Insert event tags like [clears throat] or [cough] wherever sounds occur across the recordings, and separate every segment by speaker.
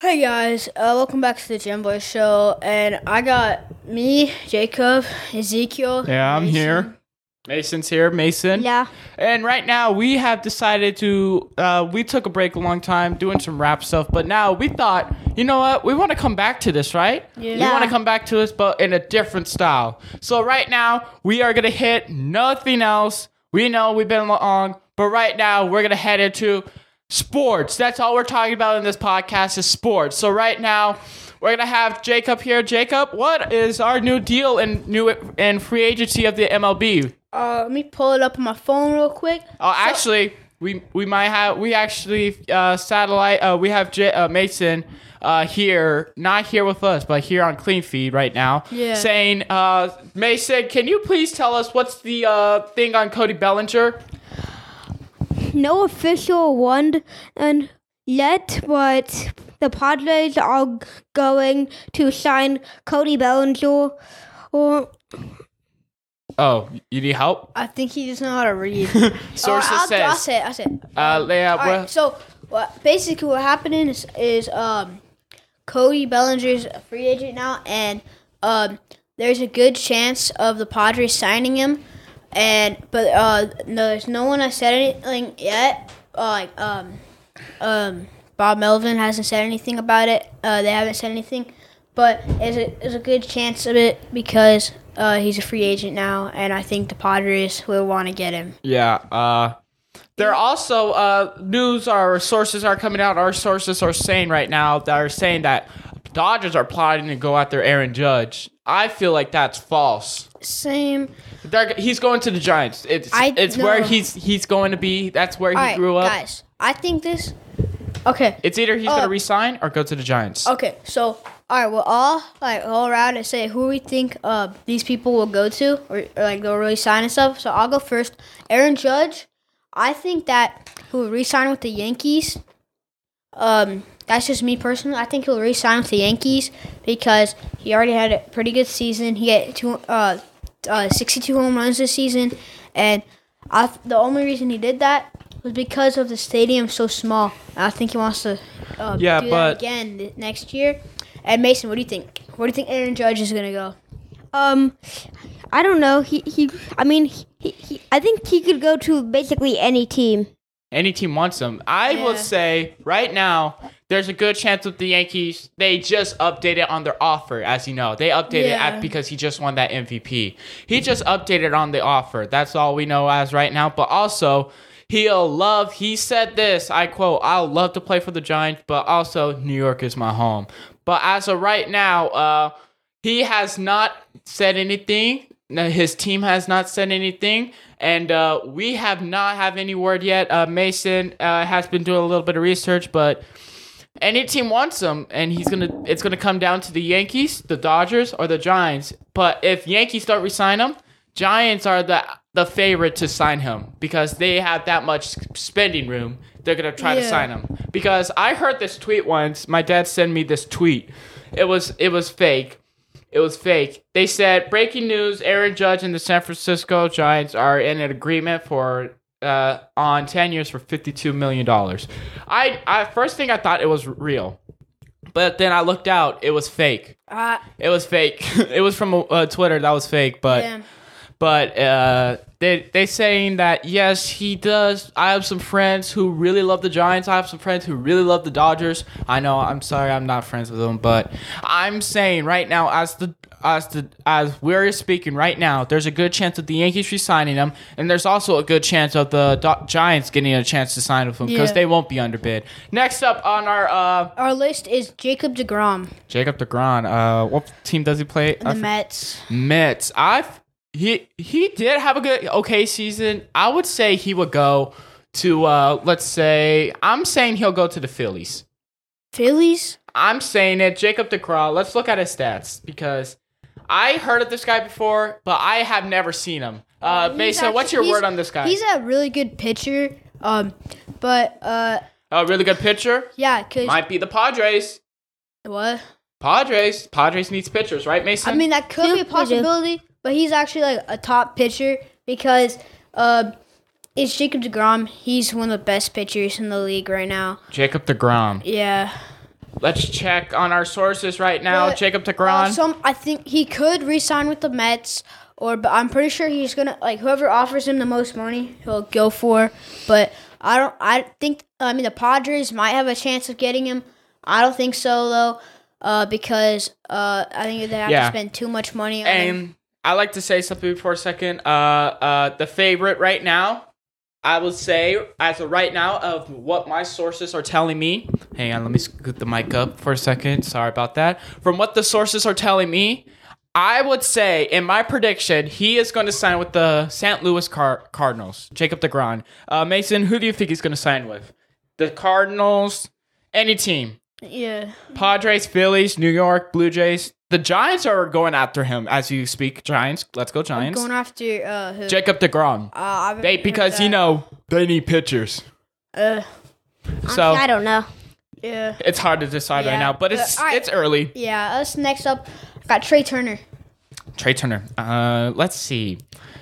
Speaker 1: Hey guys, uh, welcome back to the Gem Boy Show, and I got me, Jacob, Ezekiel.
Speaker 2: Yeah, I'm
Speaker 1: Mason.
Speaker 2: here. Mason's here. Mason.
Speaker 3: Yeah.
Speaker 2: And right now we have decided to. Uh, we took a break a long time doing some rap stuff, but now we thought, you know what? We want to come back to this, right? Yeah. We want to come back to this, but in a different style. So right now we are gonna hit nothing else. We know we've been long, but right now we're gonna head into sports. That's all we're talking about in this podcast is sports. So right now we're gonna have Jacob here. Jacob, what is our new deal and new and free agency of the MLB?
Speaker 1: Uh, let me pull it up on my phone real quick.
Speaker 2: Oh, actually, we we might have we actually uh, satellite. Uh, we have J- uh, Mason uh, here, not here with us, but here on Clean Feed right now.
Speaker 1: Yeah.
Speaker 2: Saying, uh, Mason, can you please tell us what's the uh, thing on Cody Bellinger?
Speaker 3: No official one and yet, but the Padres are g- going to sign Cody Bellinger. Or
Speaker 2: Oh, you need help.
Speaker 1: I think he doesn't know how to
Speaker 2: [laughs]
Speaker 1: read.
Speaker 2: Sources
Speaker 1: Uh, I'll,
Speaker 2: says.
Speaker 1: I'll say it. I'll say it.
Speaker 2: Uh, Leah,
Speaker 1: All right. So, what, basically, what happened is is um, Cody Bellinger's a free agent now, and um, there's a good chance of the Padres signing him. And but uh, no, there's no one has said anything yet. Uh, like um, um, Bob Melvin hasn't said anything about it. Uh, they haven't said anything, but there's a, there's a good chance of it because uh, he's a free agent now, and I think the Padres will want to get him.
Speaker 2: Yeah. Uh, there are also uh, news. Our sources are coming out. Our sources are saying right now that are saying that Dodgers are plotting to go after Aaron Judge. I feel like that's false.
Speaker 1: Same.
Speaker 2: They're, he's going to the Giants. It's
Speaker 1: I-
Speaker 2: it's
Speaker 1: no.
Speaker 2: where he's he's going to be. That's where he
Speaker 1: All right,
Speaker 2: grew up.
Speaker 1: guys. I think this. Okay.
Speaker 2: It's either he's going
Speaker 1: Uh,
Speaker 2: to resign or go to the Giants.
Speaker 1: Okay. So, all right. We'll all like all around and say who we think uh these people will go to or, or like they'll really sign and stuff. So I'll go first. Aaron Judge. I think that he'll re-sign with the Yankees. Um, that's just me personally. I think he'll re-sign with the Yankees because he already had a pretty good season. He had two uh, uh 62 home runs this season, and I the only reason he did that was because of the stadium so small. And I think he wants to uh,
Speaker 2: Yeah,
Speaker 1: do that
Speaker 2: but-
Speaker 1: again th- next year. And Mason, what do you think? Where do you think Aaron Judge is gonna go?
Speaker 3: um, I don't know. He he. I mean, he, he I think he could go to basically any team.
Speaker 2: Any team wants him. I
Speaker 1: Yeah.
Speaker 2: will say right now, there's a good chance with the Yankees. They just updated on their offer, as you know. They updated
Speaker 1: Yeah.
Speaker 2: at, because he just won that MVP. He just updated on the offer. That's all we know as right now. But also, he'll love. He said this. I quote: "I'll love to play for the Giants, but also New York is my home." But as of right now, uh, he has not said anything. No, His team has not said anything, and uh, we have not have any word yet. Uh, Mason uh, has been doing a little bit of research, but any team wants him, and he's gonna. It's gonna come down to the Yankees, the Dodgers, or the Giants. But if Yankees don't resign him, Giants are the the favorite to sign him because they have that much spending room. They're gonna try to
Speaker 1: Yeah.
Speaker 2: sign him because I heard this tweet once. My dad sent me this tweet. It was it was fake. It was fake. They said breaking news: Aaron Judge and the San Francisco Giants are in an agreement for uh, on ten years for fifty-two million dollars. I, I first thing I thought it was real, but then I looked out. It was fake.
Speaker 1: Uh,
Speaker 2: It was fake. [laughs] it was from uh, Twitter. That was fake. But
Speaker 1: yeah.
Speaker 2: but uh, they they saying that yes, he does. I have some friends who really love the Giants. I have some friends who really love the Dodgers. I know. I'm sorry, I'm not friends with them, but I'm saying right now, as the as the as we're speaking right now, there's a good chance of the Yankees re-signing him, and there's also a good chance of the Do- Giants getting a chance to sign with him because
Speaker 1: Yeah.
Speaker 2: they won't be underbid. Next up on our uh,
Speaker 1: Our list is Jacob Degrom,
Speaker 2: Jacob Degron. Uh, what team does he play?
Speaker 1: the
Speaker 2: I for-
Speaker 1: Mets.
Speaker 2: Mets. I've he he did have a good okay season. I would say he would go to uh let's say I'm saying he'll go to the Phillies.
Speaker 1: Phillies.
Speaker 2: I'm saying it. Jacob DeCraw. Let's look at his stats because I heard of this guy before, but I have never seen him. Uh,
Speaker 1: He's
Speaker 2: Mason, what's
Speaker 1: actu-
Speaker 2: your
Speaker 1: he's-
Speaker 2: word on this guy?
Speaker 1: He's a really good pitcher. Um, but uh,
Speaker 2: a really good pitcher.
Speaker 1: yeah, cause
Speaker 2: Might be the Padres.
Speaker 1: what?
Speaker 2: Padres. Padres needs pitchers, right, Mason?
Speaker 1: I mean, that could be a
Speaker 3: Yeah, they do.
Speaker 1: possibility, but he's actually like a top pitcher because um, it's Jacob Degrom. He's one of the best pitchers in the league right now.
Speaker 2: Jacob DeGrom.
Speaker 1: Yeah,
Speaker 2: Let's check on our sources right now.
Speaker 1: But,
Speaker 2: Jacob
Speaker 1: Uh,
Speaker 2: Tegron.
Speaker 1: some I think he could re-sign with the Mets, or but I'm pretty sure he's gonna like whoever offers him the most money, he'll go for. But I don't. I think I mean the Padres might have a chance of getting him. I don't think so though, uh, because uh, I think they have
Speaker 2: Yeah.
Speaker 1: to spend too much money. on him.
Speaker 2: and I like to say something before a second. Uh, uh, the favorite right now, I would say, as of right now, of what my sources are telling me. Hang on, let me scoot the mic up for a second. Sorry about that. From what the sources are telling me, I would say, in my prediction, he is going to sign with the St. Louis Car- Cardinals. Jacob DeGrom. Uh, Mason, who do you think he's going to sign with? The Cardinals, any team.
Speaker 1: yeah,
Speaker 2: Padres, Phillies, New York, Blue Jays. The Giants are going after him as you speak. Giants, let's go Giants.
Speaker 1: going after uh, who?
Speaker 2: Jacob Degrom.
Speaker 1: uh, I haven't
Speaker 2: They
Speaker 1: heard
Speaker 2: because you
Speaker 1: that.
Speaker 2: know they need pitchers,
Speaker 1: Uh,
Speaker 2: so
Speaker 3: I don't know.
Speaker 1: yeah,
Speaker 2: it's hard to decide right
Speaker 1: Yeah,
Speaker 2: now. But
Speaker 1: but
Speaker 2: it's
Speaker 1: I-
Speaker 2: it's early.
Speaker 1: yeah. Us next up, I got Trey Turner.
Speaker 2: Trey Turner. Uh, let's see.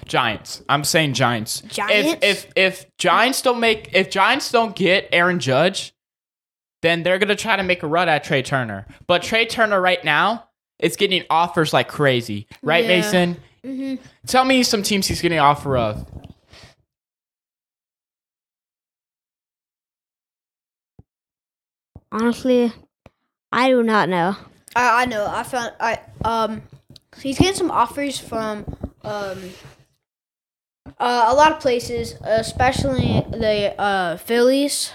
Speaker 2: Giants. I'm saying Giants.
Speaker 1: Giants?
Speaker 2: If if if Giants don't make if Giants don't get Aaron Judge, then they're gonna try to make a run at Trey Turner. But Trey Turner right now is getting offers like crazy, right,
Speaker 1: Yeah. Mm-hmm.
Speaker 2: Mason? Tell me some teams he's getting offer of.
Speaker 3: Honestly, I do not know.
Speaker 1: I, I know. I found I um he's getting some offers from um uh, a lot of places, especially the uh Phillies,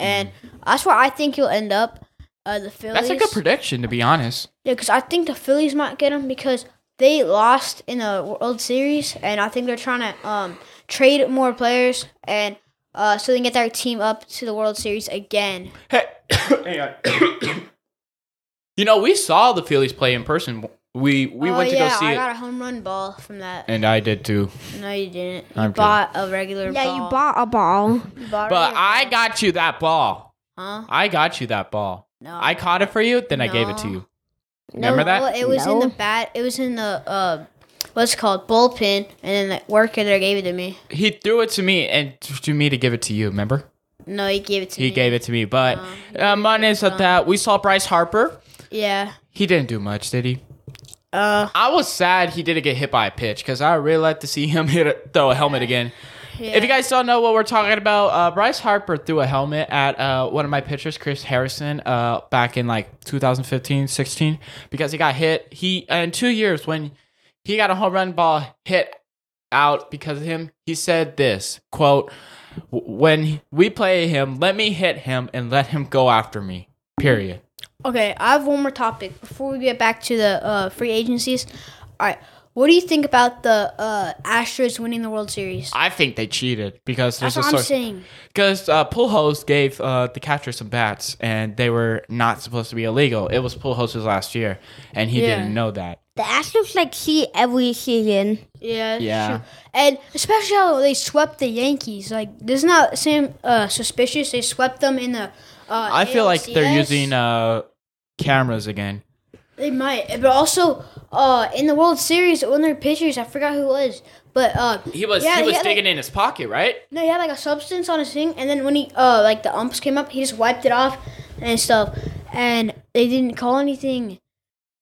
Speaker 1: and that's where I think he'll end up. Uh, the Phillies.
Speaker 2: That's a good prediction, to be honest.
Speaker 1: Yeah, because I think the Phillies might get him because they lost in the World Series, and I think they're trying to um, trade more players and uh, so they can get their team up to the World Series again.
Speaker 2: Hey, [coughs] hang on. [coughs] you know, we saw the Phillies play in person. We we
Speaker 1: Oh,
Speaker 2: went to
Speaker 1: yeah,
Speaker 2: go see
Speaker 1: I
Speaker 2: it,
Speaker 1: got a home run ball from that.
Speaker 2: and I did too.
Speaker 1: No, you didn't. You
Speaker 2: I'm kidding.
Speaker 1: bought a regular
Speaker 3: Yeah,
Speaker 1: ball.
Speaker 3: you bought a ball.
Speaker 1: You bought a
Speaker 2: But
Speaker 1: regular
Speaker 2: I
Speaker 1: ball.
Speaker 2: got you that ball.
Speaker 1: Huh?
Speaker 2: I got you that ball.
Speaker 1: No.
Speaker 2: I caught it for you, then I gave it to
Speaker 1: No.
Speaker 2: you. Remember that?
Speaker 1: Well, it was in the
Speaker 3: No.
Speaker 1: bat. It was in the uh, what's it called bullpen, and then the worker there gave it to me.
Speaker 2: He threw it to me and t- to me to give it to you. Remember?
Speaker 1: No, he gave it to
Speaker 2: He
Speaker 1: me.
Speaker 2: gave it to me. But uh, minus of that, we saw Bryce Harper.
Speaker 1: Yeah.
Speaker 2: He didn't do much, did he?
Speaker 1: Uh.
Speaker 2: I was sad he didn't get hit by a pitch because I really like to see [laughs] him hit a, throw a helmet again. If you guys don't know what we're talking about, uh, Bryce Harper threw a helmet at uh, one of my pitchers, Chris Harrison, uh, back in like 2015, 16, because he got hit. He in two years when he got a home run ball hit out because of him, he said this quote: "When we play him, let me hit him and let him go after me." Period.
Speaker 1: Okay, I have one more topic before we get back to the uh, free agencies. All right, what do you think about the uh, Astros winning the World Series?
Speaker 2: I think they cheated because there's
Speaker 1: That's what
Speaker 2: a
Speaker 1: I'm
Speaker 2: source.
Speaker 1: saying.
Speaker 2: Because uh, Pujols gave uh, the catcher some bats, and they were not supposed to be illegal. It was Pujols' last year, and he
Speaker 1: Yeah.
Speaker 2: didn't know that.
Speaker 3: The Astros like see every season.
Speaker 1: Yeah, it's
Speaker 2: Yeah.
Speaker 1: true. and especially how they swept the Yankees. Like, doesn't that seem uh, suspicious? They swept them in the. Uh,
Speaker 2: I feel like they're
Speaker 1: ALCS.
Speaker 2: using uh, cameras again.
Speaker 1: They might, but also uh, in the World Series, one of their pitchers, I forgot who it was, but uh, yeah, had, like-
Speaker 2: in his pocket, right?
Speaker 1: No, he had like a substance on his thing, and then when he uh like the umps came up, he just wiped it off and stuff, and they didn't call anything.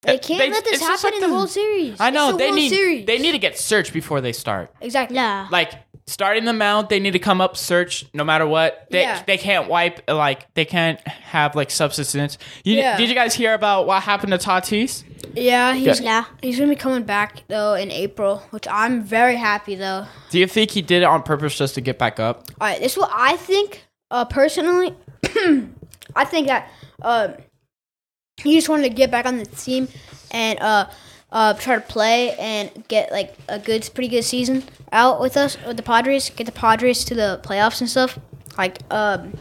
Speaker 1: They
Speaker 2: Uh,
Speaker 1: can't
Speaker 2: they-
Speaker 1: let this
Speaker 2: it's just
Speaker 1: happen in
Speaker 2: like
Speaker 1: the,
Speaker 2: the-
Speaker 1: World Series.
Speaker 2: I know
Speaker 1: It's the
Speaker 2: they
Speaker 1: World
Speaker 2: need
Speaker 1: Series.
Speaker 2: they need to get searched before they start.
Speaker 1: exactly.
Speaker 3: Yeah.
Speaker 2: Like starting them out, they need to come up search no matter what. They
Speaker 1: Yeah.
Speaker 2: they can't wipe like they can't have like substance. You,
Speaker 1: Yeah.
Speaker 2: Did you guys hear about what happened to Tatis?
Speaker 1: Yeah, he's
Speaker 3: Yeah.
Speaker 1: he's gonna be coming back though in April, which I'm very happy though.
Speaker 2: Do you think he did it on purpose just to get back up?
Speaker 1: All right, this is what I think. Uh, personally, [clears throat] I think that um, he just wanted to get back on the team and uh, uh, try to play and get like a good, pretty good season out with us with the Padres. Get the Padres to the playoffs and stuff. Like, um,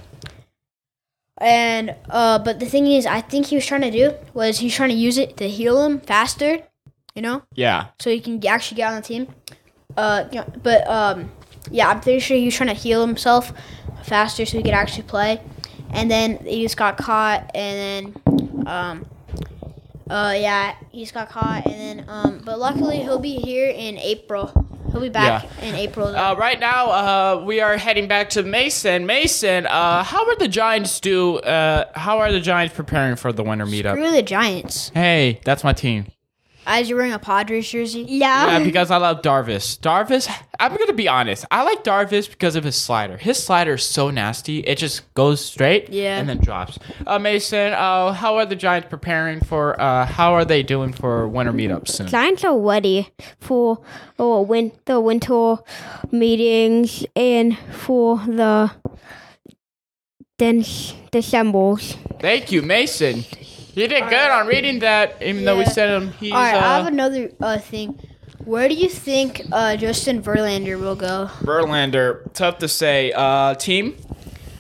Speaker 1: and uh, but the thing is, I think he was trying to do was he's trying to use it to heal him faster. You know,
Speaker 2: Yeah.
Speaker 1: so he can actually get on the team. Uh, yeah, but um, yeah, I'm pretty sure he was trying to heal himself faster so he could actually play. And then he just got caught, and then um, uh, yeah, he just got caught, and then um, but luckily he'll be here in April. He'll be back in April. though.
Speaker 2: Uh, right now, uh, we are heading back to Mason. Mason, uh, how are the Giants do? Uh, how are the Giants preparing for the winter meetup?
Speaker 1: Screw the Giants.
Speaker 2: Hey, that's my team.
Speaker 1: As you're wearing a Padres jersey.
Speaker 3: Yeah.
Speaker 2: Yeah, because I love Darvis. Darvis, I'm gonna be honest. I like Darvis because of his slider. His slider is so nasty; it just goes straight,
Speaker 1: Yeah.
Speaker 2: and then drops. Uh, Mason, uh, how are the Giants preparing for? Uh, how are they doing for winter meetups soon?
Speaker 3: Clients are ready for oh, win- the winter meetings and for the then December's.
Speaker 2: Thank you, Mason. He did good on reading that, even though we
Speaker 1: Yeah.
Speaker 2: said him. He's
Speaker 1: All right, I have
Speaker 2: uh,
Speaker 1: another uh, thing. Where do you think uh, Justin Verlander will go?
Speaker 2: Verlander. Tough to say. Uh, team,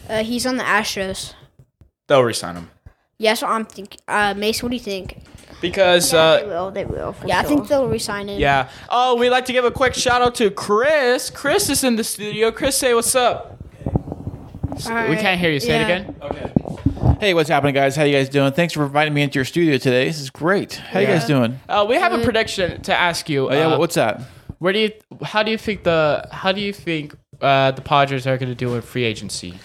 Speaker 1: Uh, he's on the Astros.
Speaker 2: they'll resign him
Speaker 1: Yes, I'm thinking. Uh, Mason, what do you think?
Speaker 2: because
Speaker 3: they
Speaker 2: uh,
Speaker 3: will. They will. For
Speaker 1: Yeah, I
Speaker 3: sure.
Speaker 1: think they'll resign him.
Speaker 2: yeah. Oh, we'd like to give a quick shout out to Chris. Chris is in the studio. Chris, say what's up. We can't hear you. Say it
Speaker 1: Yeah.
Speaker 2: again.
Speaker 4: Hey, what's happening, guys? How you guys doing? Thanks for inviting me into your studio today. This is great. How you guys doing?
Speaker 2: Uh, we have a prediction to ask you.
Speaker 4: Oh yeah,
Speaker 2: uh,
Speaker 4: what- what's that?
Speaker 2: where do you? How do you think the? How do you think uh, the Padres are going to do in free agency?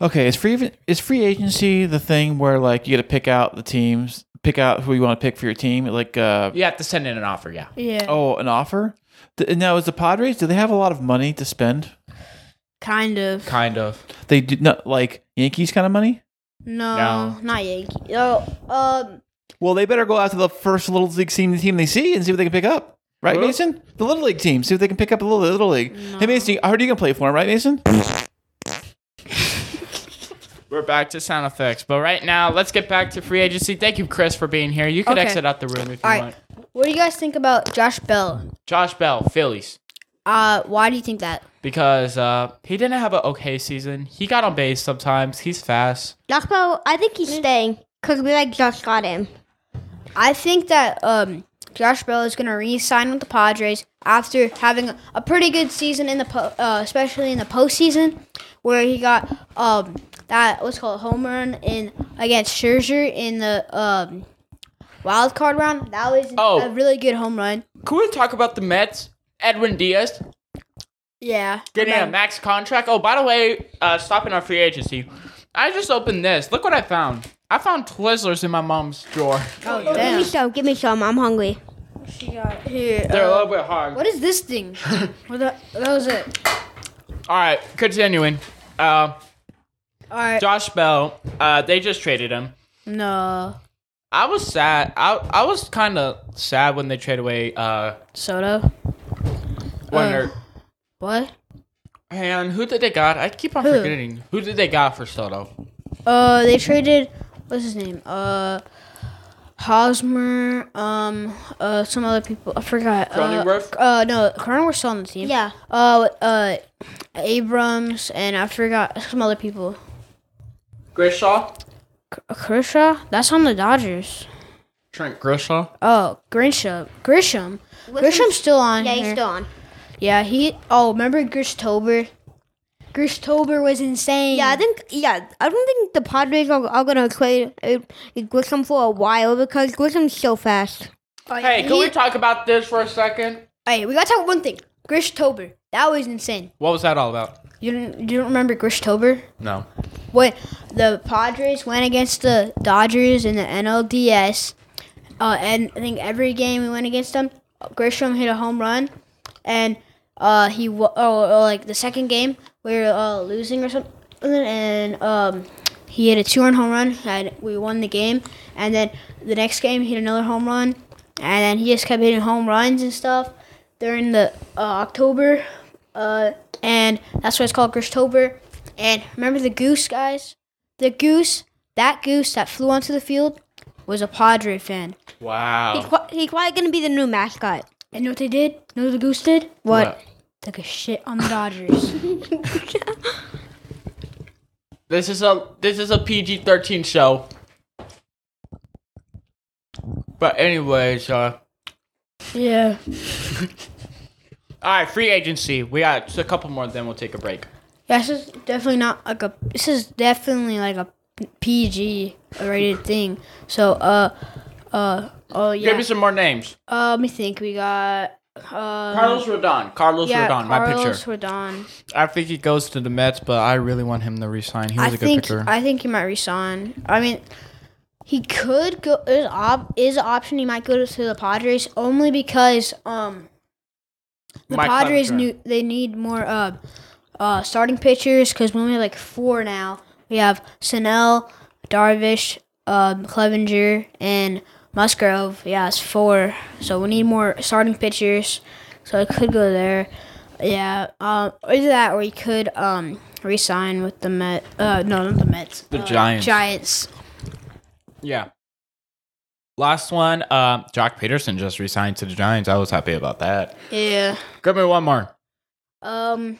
Speaker 4: Okay, is free is free agency the thing where like you got to pick out the teams, pick out who you want to pick for your team, like uh,
Speaker 2: You have to send in an offer. Yeah.
Speaker 1: Yeah.
Speaker 4: oh an offer? Th- Now is the Padres? Do they have a lot of money to spend?
Speaker 1: Kind of.
Speaker 2: Kind of.
Speaker 4: They do not like Yankees kind of money.
Speaker 1: No,
Speaker 2: No.
Speaker 1: not Yankee. Oh, um,
Speaker 4: Well, they better go after the first little league team, team they see and see what they can pick up. Right,
Speaker 2: Who?
Speaker 4: Mason? The little league team. See if they can pick up a little little league. Hey, Mason, I heard you can play for him, right, Mason?
Speaker 2: We're back to sound effects, but right now let's get back to free agency. Thank you, Chris, for being here. You can
Speaker 1: Okay.
Speaker 2: exit out the room if
Speaker 1: All
Speaker 2: you
Speaker 1: right.
Speaker 2: want.
Speaker 1: what do you guys think about Josh Bell?
Speaker 2: Josh Bell, Phillies,
Speaker 1: Uh, why do you think that?
Speaker 2: because uh, he didn't have an okay season. He got on base sometimes. He's fast.
Speaker 3: Josh Bell, I think he's staying because we like Josh got him.
Speaker 1: I think that um, Josh Bell is going to re-sign with the Padres after having a, a pretty good season in the po- uh, especially in the postseason, where he got um that what's called home run in against Scherzer in the um wild card round. That was
Speaker 2: Oh.
Speaker 1: a really good home run.
Speaker 2: Can we talk about the Mets? Edwin Diaz,
Speaker 1: Yeah,
Speaker 2: getting a
Speaker 1: Remember-
Speaker 2: max contract. Oh, by the way, uh, stopping our free agency. I just opened this. Look what I found. I found Twizzlers in my mom's drawer.
Speaker 1: Oh
Speaker 3: Give me
Speaker 1: damn!
Speaker 3: some. Give me some. I'm hungry.
Speaker 1: Here,
Speaker 2: They're a
Speaker 1: uh,
Speaker 2: little bit hard.
Speaker 1: what is this thing? what the, that was it.
Speaker 2: All right, continuing. Uh,
Speaker 1: All right.
Speaker 2: Josh Bell. Uh, they just traded him.
Speaker 1: No,
Speaker 2: I was sad. I I was kind of sad when they traded away. Uh,
Speaker 1: Soto.
Speaker 2: Werner.
Speaker 1: What?
Speaker 2: and who did they got? I keep on
Speaker 1: Who?
Speaker 2: forgetting. Who did they got for Soto?
Speaker 1: Uh, they traded. What's his name? Uh, Hosmer. Um, uh, some other people. I forgot. Uh,
Speaker 2: Cronenworth?
Speaker 1: Uh, no, Cronenworth's still on the team.
Speaker 3: Yeah.
Speaker 1: Uh, uh, Abrams and I forgot some other people.
Speaker 2: Grishaw.
Speaker 1: Uh, Kershaw. That's on the Dodgers.
Speaker 2: Trent Grishaw.
Speaker 1: Oh, Grisham. Grisham. Grisham's still on.
Speaker 3: Yeah, he's
Speaker 1: here.
Speaker 3: still on.
Speaker 1: Yeah, he. Oh, remember Grishtober? Grishtober was insane.
Speaker 3: Yeah, I think yeah, I don't think the Padres are, are gonna trade uh, Grissom for a while because Grissom's so fast.
Speaker 2: Hey, can
Speaker 1: he-
Speaker 2: we talk about this for a second?
Speaker 1: Hey, we gotta talk one thing. Grishtober. That was insane.
Speaker 2: What was that all about?
Speaker 1: You don't, you don't remember Grishtober?
Speaker 2: No.
Speaker 1: What the Padres went against the Dodgers in the NLDS, uh, and I think every game we went against them, Grisham hit a home run, and uh, he wa- oh, oh, like the second game we were uh, losing or something, and um, he hit a two-run home run, and we won the game, and then the next game he hit another home run, and then he just kept hitting home runs and stuff during the uh, October, uh, and that's why it's called Grishtober. And remember the goose, guys? The goose, that goose that flew onto the field was a Padre fan.
Speaker 3: He's,
Speaker 2: Wow.
Speaker 3: qui- he's probably gonna be the new mascot.
Speaker 1: And you know what they did? You know what the goose did?
Speaker 2: What?
Speaker 1: Took a shit on the
Speaker 2: [laughs]
Speaker 1: Dodgers.
Speaker 2: This is a this is a PG thirteen show. But anyways, uh,
Speaker 1: yeah.
Speaker 2: all right, free agency. We got just a couple more, then we'll take a break.
Speaker 1: Yeah, this is definitely not like a. This is definitely like a PG rated thing. So, uh, uh, oh
Speaker 2: Give
Speaker 1: yeah.
Speaker 2: me some more names.
Speaker 1: Uh, let me think. We got Uh,
Speaker 2: Carlos Rodon. Carlos
Speaker 1: yeah,
Speaker 2: Rodon, my
Speaker 1: Carlos
Speaker 2: pitcher.
Speaker 1: Rodon.
Speaker 2: I think he goes to the Mets, but I really want him to resign. He was
Speaker 1: I
Speaker 2: a good
Speaker 1: think
Speaker 2: pitcher.
Speaker 1: I think he might resign. I mean, he could go. Is op, is an option. He might go to the Padres only because um the
Speaker 2: Mike
Speaker 1: Padres
Speaker 2: Clevenger.
Speaker 1: knew they need more uh uh starting pitchers because we only have like four now. We have Snell, Darvish, um, Clevenger, and Musgrove. Yeah, it's four. So we need more starting pitchers. So it could go there. Yeah, um, either that or he could um resign with the Met. Uh, no, not the Mets.
Speaker 2: The
Speaker 1: uh,
Speaker 2: Giants.
Speaker 1: Giants.
Speaker 2: yeah. Last one, um, Jock Peterson just resigned to the Giants. I was happy about that.
Speaker 1: Yeah.
Speaker 2: Give me one more.
Speaker 1: Um.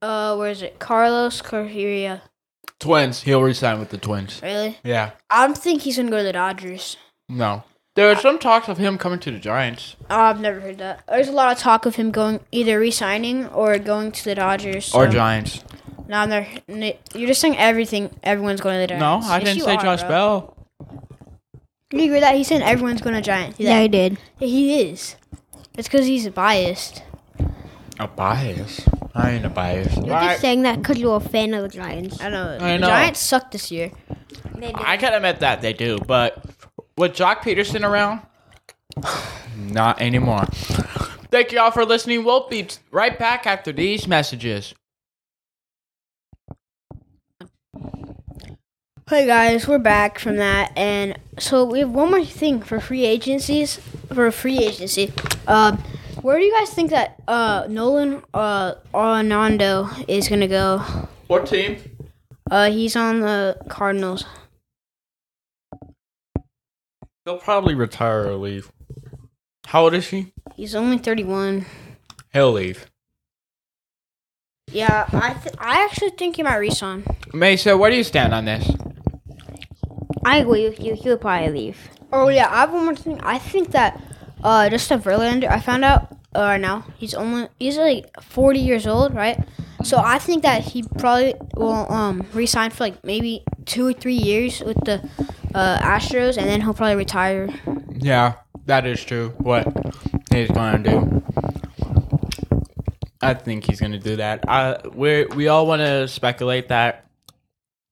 Speaker 1: Uh, where is it? Carlos Correa.
Speaker 2: Twins. He'll resign with the Twins.
Speaker 1: Really?
Speaker 2: Yeah.
Speaker 1: I think he's gonna go to the Dodgers.
Speaker 2: No. There are some talks of him coming to the Giants.
Speaker 1: Uh, I've never heard that. There's a lot of talk of him going either resigning or going to the Dodgers.
Speaker 2: Or
Speaker 1: so-
Speaker 2: Giants.
Speaker 1: No, I'm not- n- You're just saying everything. Everyone's going to the
Speaker 2: No,
Speaker 1: Giants.
Speaker 2: I
Speaker 1: Yes,
Speaker 2: didn't
Speaker 1: you
Speaker 2: say
Speaker 1: are,
Speaker 2: Josh
Speaker 1: bro.
Speaker 2: Bell.
Speaker 1: Do you agree with that he's saying everyone's going to Giants?
Speaker 3: Yeah, I did.
Speaker 1: he is. It's because he's biased.
Speaker 2: A bias. I ain't a bias.
Speaker 3: You're just saying that because you're a fan of the Giants.
Speaker 1: I know.
Speaker 2: I
Speaker 1: the
Speaker 2: know.
Speaker 1: Giants suck this year.
Speaker 2: I can admit that they do, but with Jock Peterson around, not anymore. Thank you all for listening. We'll be right back after these messages.
Speaker 1: Hey guys, we're back from that, and so we have one more thing for free agencies. For free agency, um, where do you guys think that uh, Nolan uh, Orlando is gonna go?
Speaker 2: What team?
Speaker 1: Uh, he's on the Cardinals.
Speaker 2: They'll probably retire or leave. How old is she?
Speaker 1: He's only thirty-one.
Speaker 2: He'll leave.
Speaker 1: Yeah, I th- I actually think he might resign.
Speaker 2: Mesa, where do you stand on this?
Speaker 3: I agree with you. He'll probably leave.
Speaker 1: Oh yeah, I have one more thing. I think that uh, Justin Verlander. I found out uh, right now he's only he's like forty years old, right? So I think that he probably will um resign for like maybe two or three years with the uh, Astros, and then he'll probably retire.
Speaker 2: Yeah, that is true. What he's gonna do? I think he's gonna do that. I we we all want to speculate that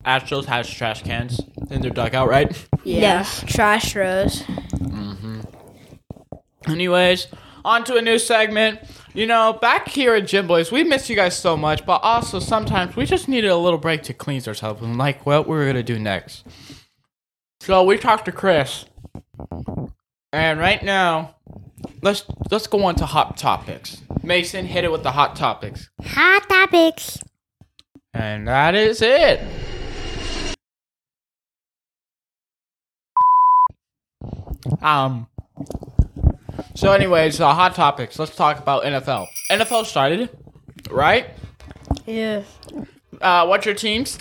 Speaker 2: Astros has trash cans in their dugout, right?
Speaker 1: Yeah, trash Rose.
Speaker 2: Anyways, on to a new segment. You know, back here at Gym Boys, we miss you guys so much, but also sometimes we just needed a little break to cleanse ourselves and like what we were gonna do next. So we talked to Chris, and right now, let's let's go on to hot topics. Mason hit it with the hot topics,
Speaker 3: Hot topics.
Speaker 2: and that is it. Um. So, anyways, uh, hot topics. Let's talk about NFL. NFL started, right?
Speaker 1: Yeah,
Speaker 2: Uh, what's your teams?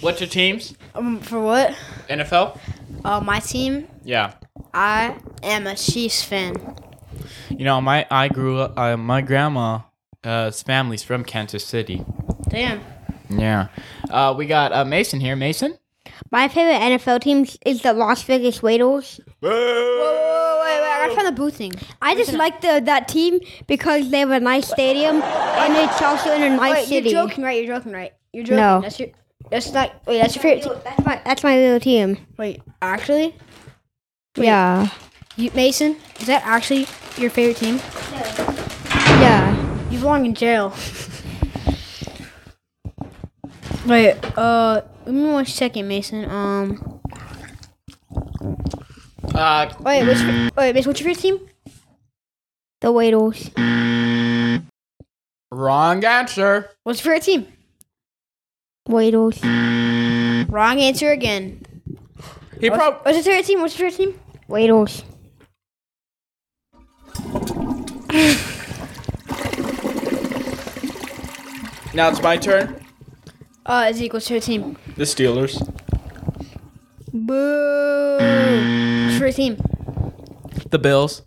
Speaker 2: What's your teams?
Speaker 1: um, for what?
Speaker 2: NFL.
Speaker 1: Uh, my team.
Speaker 2: Yeah.
Speaker 1: I am a Chiefs fan.
Speaker 2: You know, my I grew up. Uh, my grandma, uh, family's from Kansas City.
Speaker 1: Damn.
Speaker 2: Yeah. Uh, we got uh, Mason here. Mason.
Speaker 3: My favorite NFL team is the Las Vegas Raiders.
Speaker 1: Oh wait, wait, I gotta find the boo thing.
Speaker 3: I just like the, that team because they have a nice stadium and it's also in a nice
Speaker 1: Wait,
Speaker 3: city.
Speaker 1: you're joking, right? You're joking, right? You're joking.
Speaker 3: No.
Speaker 1: That's your. That's not. Wait, that's your favorite. team.
Speaker 3: That's my that's my favorite team.
Speaker 1: Wait, actually,
Speaker 3: Yeah.
Speaker 1: you, Mason, is that actually your favorite team?
Speaker 3: Yeah.
Speaker 1: You belong in jail. [laughs] Wait, uh, give me one second, Mason. Um,
Speaker 2: Uh,
Speaker 1: wait, what's your, wait, Mason, what's your favorite team?
Speaker 3: The Raiders.
Speaker 2: wrong answer.
Speaker 1: What's your favorite team?
Speaker 3: Raiders.
Speaker 1: Wrong answer again.
Speaker 2: He probably.
Speaker 1: [laughs] What's your favorite team? What's your favorite team?
Speaker 3: Raiders.
Speaker 2: Now it's my turn.
Speaker 1: Uh, Zeke, what's your favorite team?
Speaker 2: The Steelers.
Speaker 1: Boo. What's your favorite team?
Speaker 2: The Bills.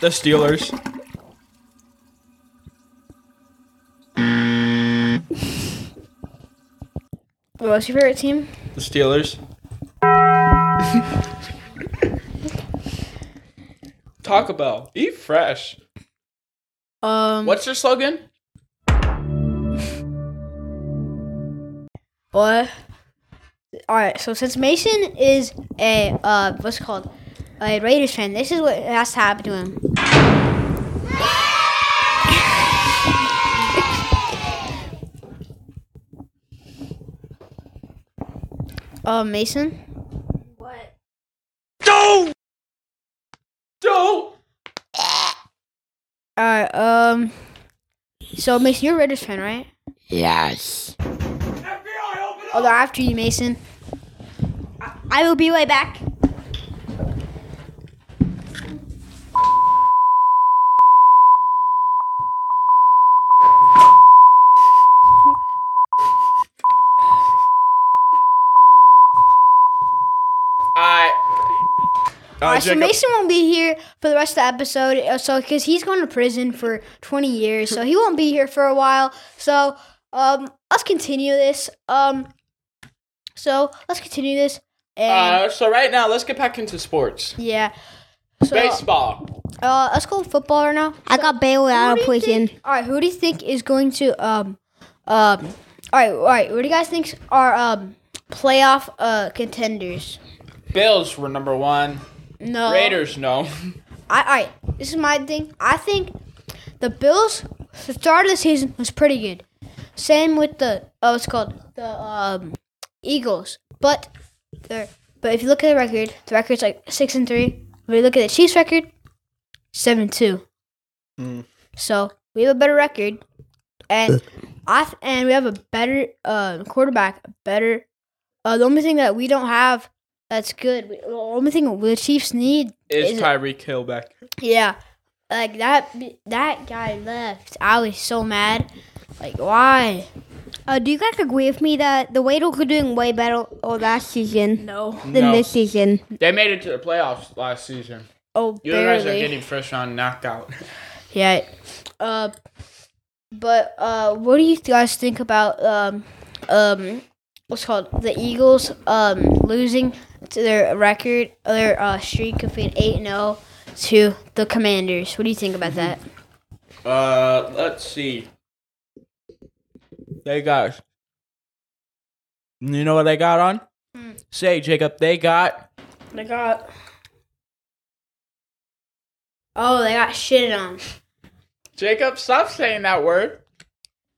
Speaker 2: The Steelers.
Speaker 1: Wait, What's your favorite team?
Speaker 5: The
Speaker 2: [laughs]
Speaker 5: Steelers. Taco Bell. Eat fresh.
Speaker 1: Um,
Speaker 2: What's your slogan?
Speaker 1: But all right, so since Mason is a uh, what's it called a Raiders fan, this is what has to happen to him. [laughs] Uh, Mason,
Speaker 2: Don't.
Speaker 1: all
Speaker 2: Don't.
Speaker 1: right, um, so Mason, you're a Raiders fan, right? Yes. Oh, they're after you, Mason.
Speaker 3: I will be right back.
Speaker 2: I.
Speaker 1: All right, so Mason won't be here for the rest of the episode, uh, so because he's going to prison for 20 years, so he won't be here for a while. So, um, let's continue this. Um, so let's continue this, and
Speaker 2: Uh, so right now, let's get back into sports.
Speaker 1: yeah, so
Speaker 2: Baseball.
Speaker 1: uh, let's go football right now.
Speaker 3: I got bailed out of
Speaker 1: Who do you
Speaker 3: prison.
Speaker 1: think- all right, who do you think is going to um, um, all right, all right, what do you guys think are um playoff uh contenders?
Speaker 2: Bills were number one.
Speaker 1: No,
Speaker 2: Raiders, no.
Speaker 1: I, all right, this is my thing. I think the Bills the start of the season was pretty good. Same with the oh, it's called the um, Eagles. But they're but if you look at the record, the record's like six and three. If you look at the Chiefs' record, seven and two.
Speaker 5: Mm.
Speaker 1: So we have a better record, and I th- and we have a better uh, quarterback. a Better. Uh, the only thing that we don't have that's good. The only thing the Chiefs need
Speaker 5: Is
Speaker 1: Is it-
Speaker 5: Tyreek Hill back?
Speaker 1: yeah, like that. That guy left. I was so mad. Like why?
Speaker 3: Uh, do you guys agree with me that the Raiders were doing way better all last season
Speaker 1: No.
Speaker 3: than
Speaker 2: No.
Speaker 3: this season?
Speaker 2: They made it to the playoffs last season.
Speaker 1: Oh,
Speaker 2: You guys are
Speaker 1: barely.
Speaker 2: getting first round knockout. [laughs]
Speaker 1: yeah. Uh, but uh, what do you guys think about um, um, what's it called the Eagles um losing to their record, their uh streak of being eight zero to the Commanders? What do you think about that?
Speaker 5: Uh, let's see.
Speaker 2: They got. You know what they got on? Say, Jacob, they got.
Speaker 1: They got. Oh, they got shitted on.
Speaker 2: Jacob, stop saying that word.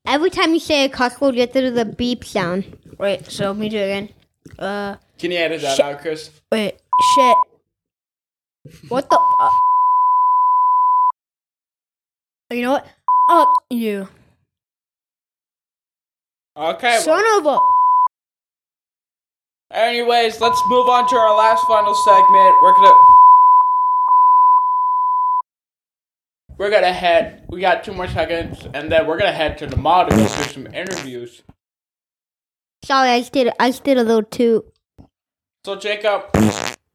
Speaker 3: Every time you say a cuss word, you have to do the beep sound.
Speaker 1: Wait, so let me do it again. Uh.
Speaker 2: Can you edit that
Speaker 1: Shit.
Speaker 2: out, Chris?
Speaker 1: Wait, shit. What the? Uh, you know what? Fuck you,
Speaker 2: Okay. well-
Speaker 1: son of a.
Speaker 2: anyways, let's move on to our last final segment. We're gonna. We're gonna head. We got two more seconds, and then we're gonna head to the mall to do some interviews.
Speaker 3: Sorry, I did. I did a little too.
Speaker 2: So, Jacob,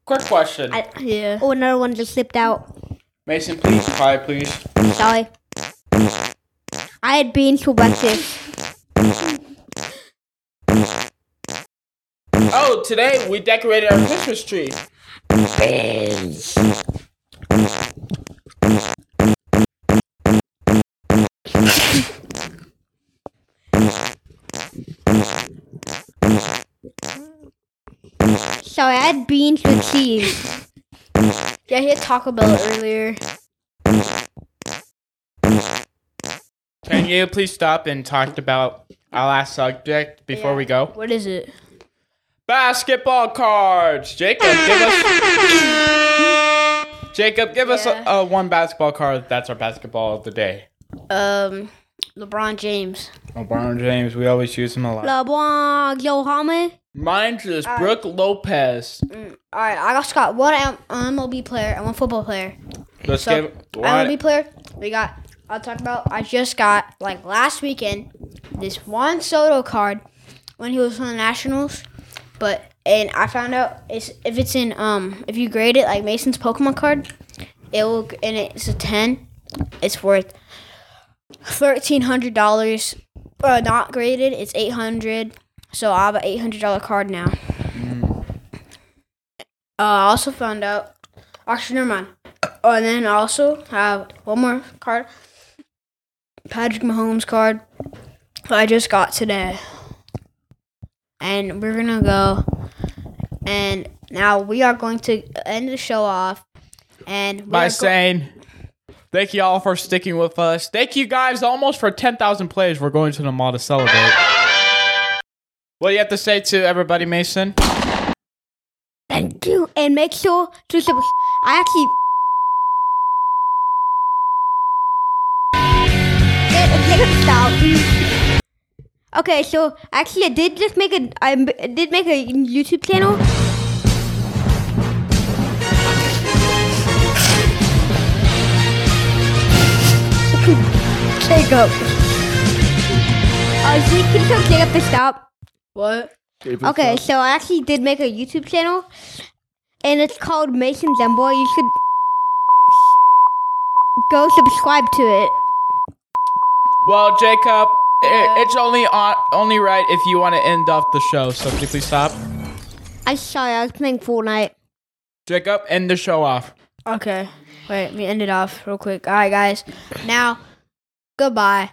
Speaker 2: quick question.
Speaker 3: I,
Speaker 1: Yeah.
Speaker 3: oh, another one just slipped out.
Speaker 2: Mason, please, quiet, please.
Speaker 3: Sorry. I had beans for breakfast.
Speaker 2: Oh, today we decorated our Christmas tree.
Speaker 3: Sorry, I had beans with cheese.
Speaker 1: Yeah, he had Taco Bell earlier.
Speaker 2: Can you please stop and talk about our last subject before we go?
Speaker 1: What is it?
Speaker 2: Basketball cards. Jacob, give us. Jacob, give us a,
Speaker 1: Yeah.
Speaker 2: a one basketball card. That's our basketball of the day.
Speaker 1: Um, LeBron James.
Speaker 2: LeBron James, we always use him a lot.
Speaker 3: LeBron, Joe Homer.
Speaker 2: Mine's is Brooke Lopez.
Speaker 1: Mm, all right, I just got one M- MLB player and one football player.
Speaker 2: Let's
Speaker 1: So,
Speaker 2: give
Speaker 1: MLB player, we got. I'll talk about. I just got like last weekend this Juan Soto card when he was on the Nationals, but and I found out it's if it's in um if you grade it like Mason's Pokemon card, it will and it's a ten. It's worth thirteen hundred dollars. Uh, not graded, it's eight hundred. So I have an eight hundred dollar card now. Uh, I also found out. Actually, never mind. Oh, and then I also have one more card. Patrick Mahomes card that I just got today. And we're gonna go. And now we are going to end the show off. And we
Speaker 2: by
Speaker 1: are go-
Speaker 2: saying thank you all for sticking with us. Thank you guys almost for 10,000 plays. We're going to the mall to celebrate. What do you have to say to everybody, Mason?
Speaker 3: Thank you, and make sure to sub. I actually. Okay, so actually, I did just make a. I m- did make a YouTube channel. [laughs] Jacob. Uh, so you can tell Jacob to stop.
Speaker 1: what?
Speaker 3: Okay, so I actually did make a YouTube channel, and it's called Mason Zemboy. You should go subscribe to it.
Speaker 2: Well, Jacob, i it's only on, only right if you want to end off the show. So could you please stop?
Speaker 3: I'm sorry, I was playing Fortnite.
Speaker 2: Jacob, end the show off.
Speaker 1: Okay. Wait, let me end it off real quick. All right, guys. Now, goodbye.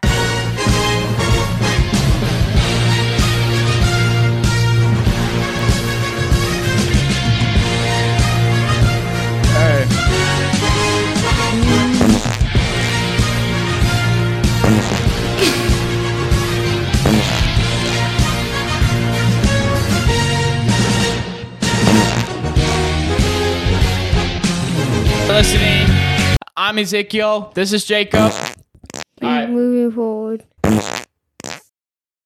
Speaker 2: Hey. Listening. I'm Ezekiel. This is Jacob. All right.
Speaker 3: Moving forward.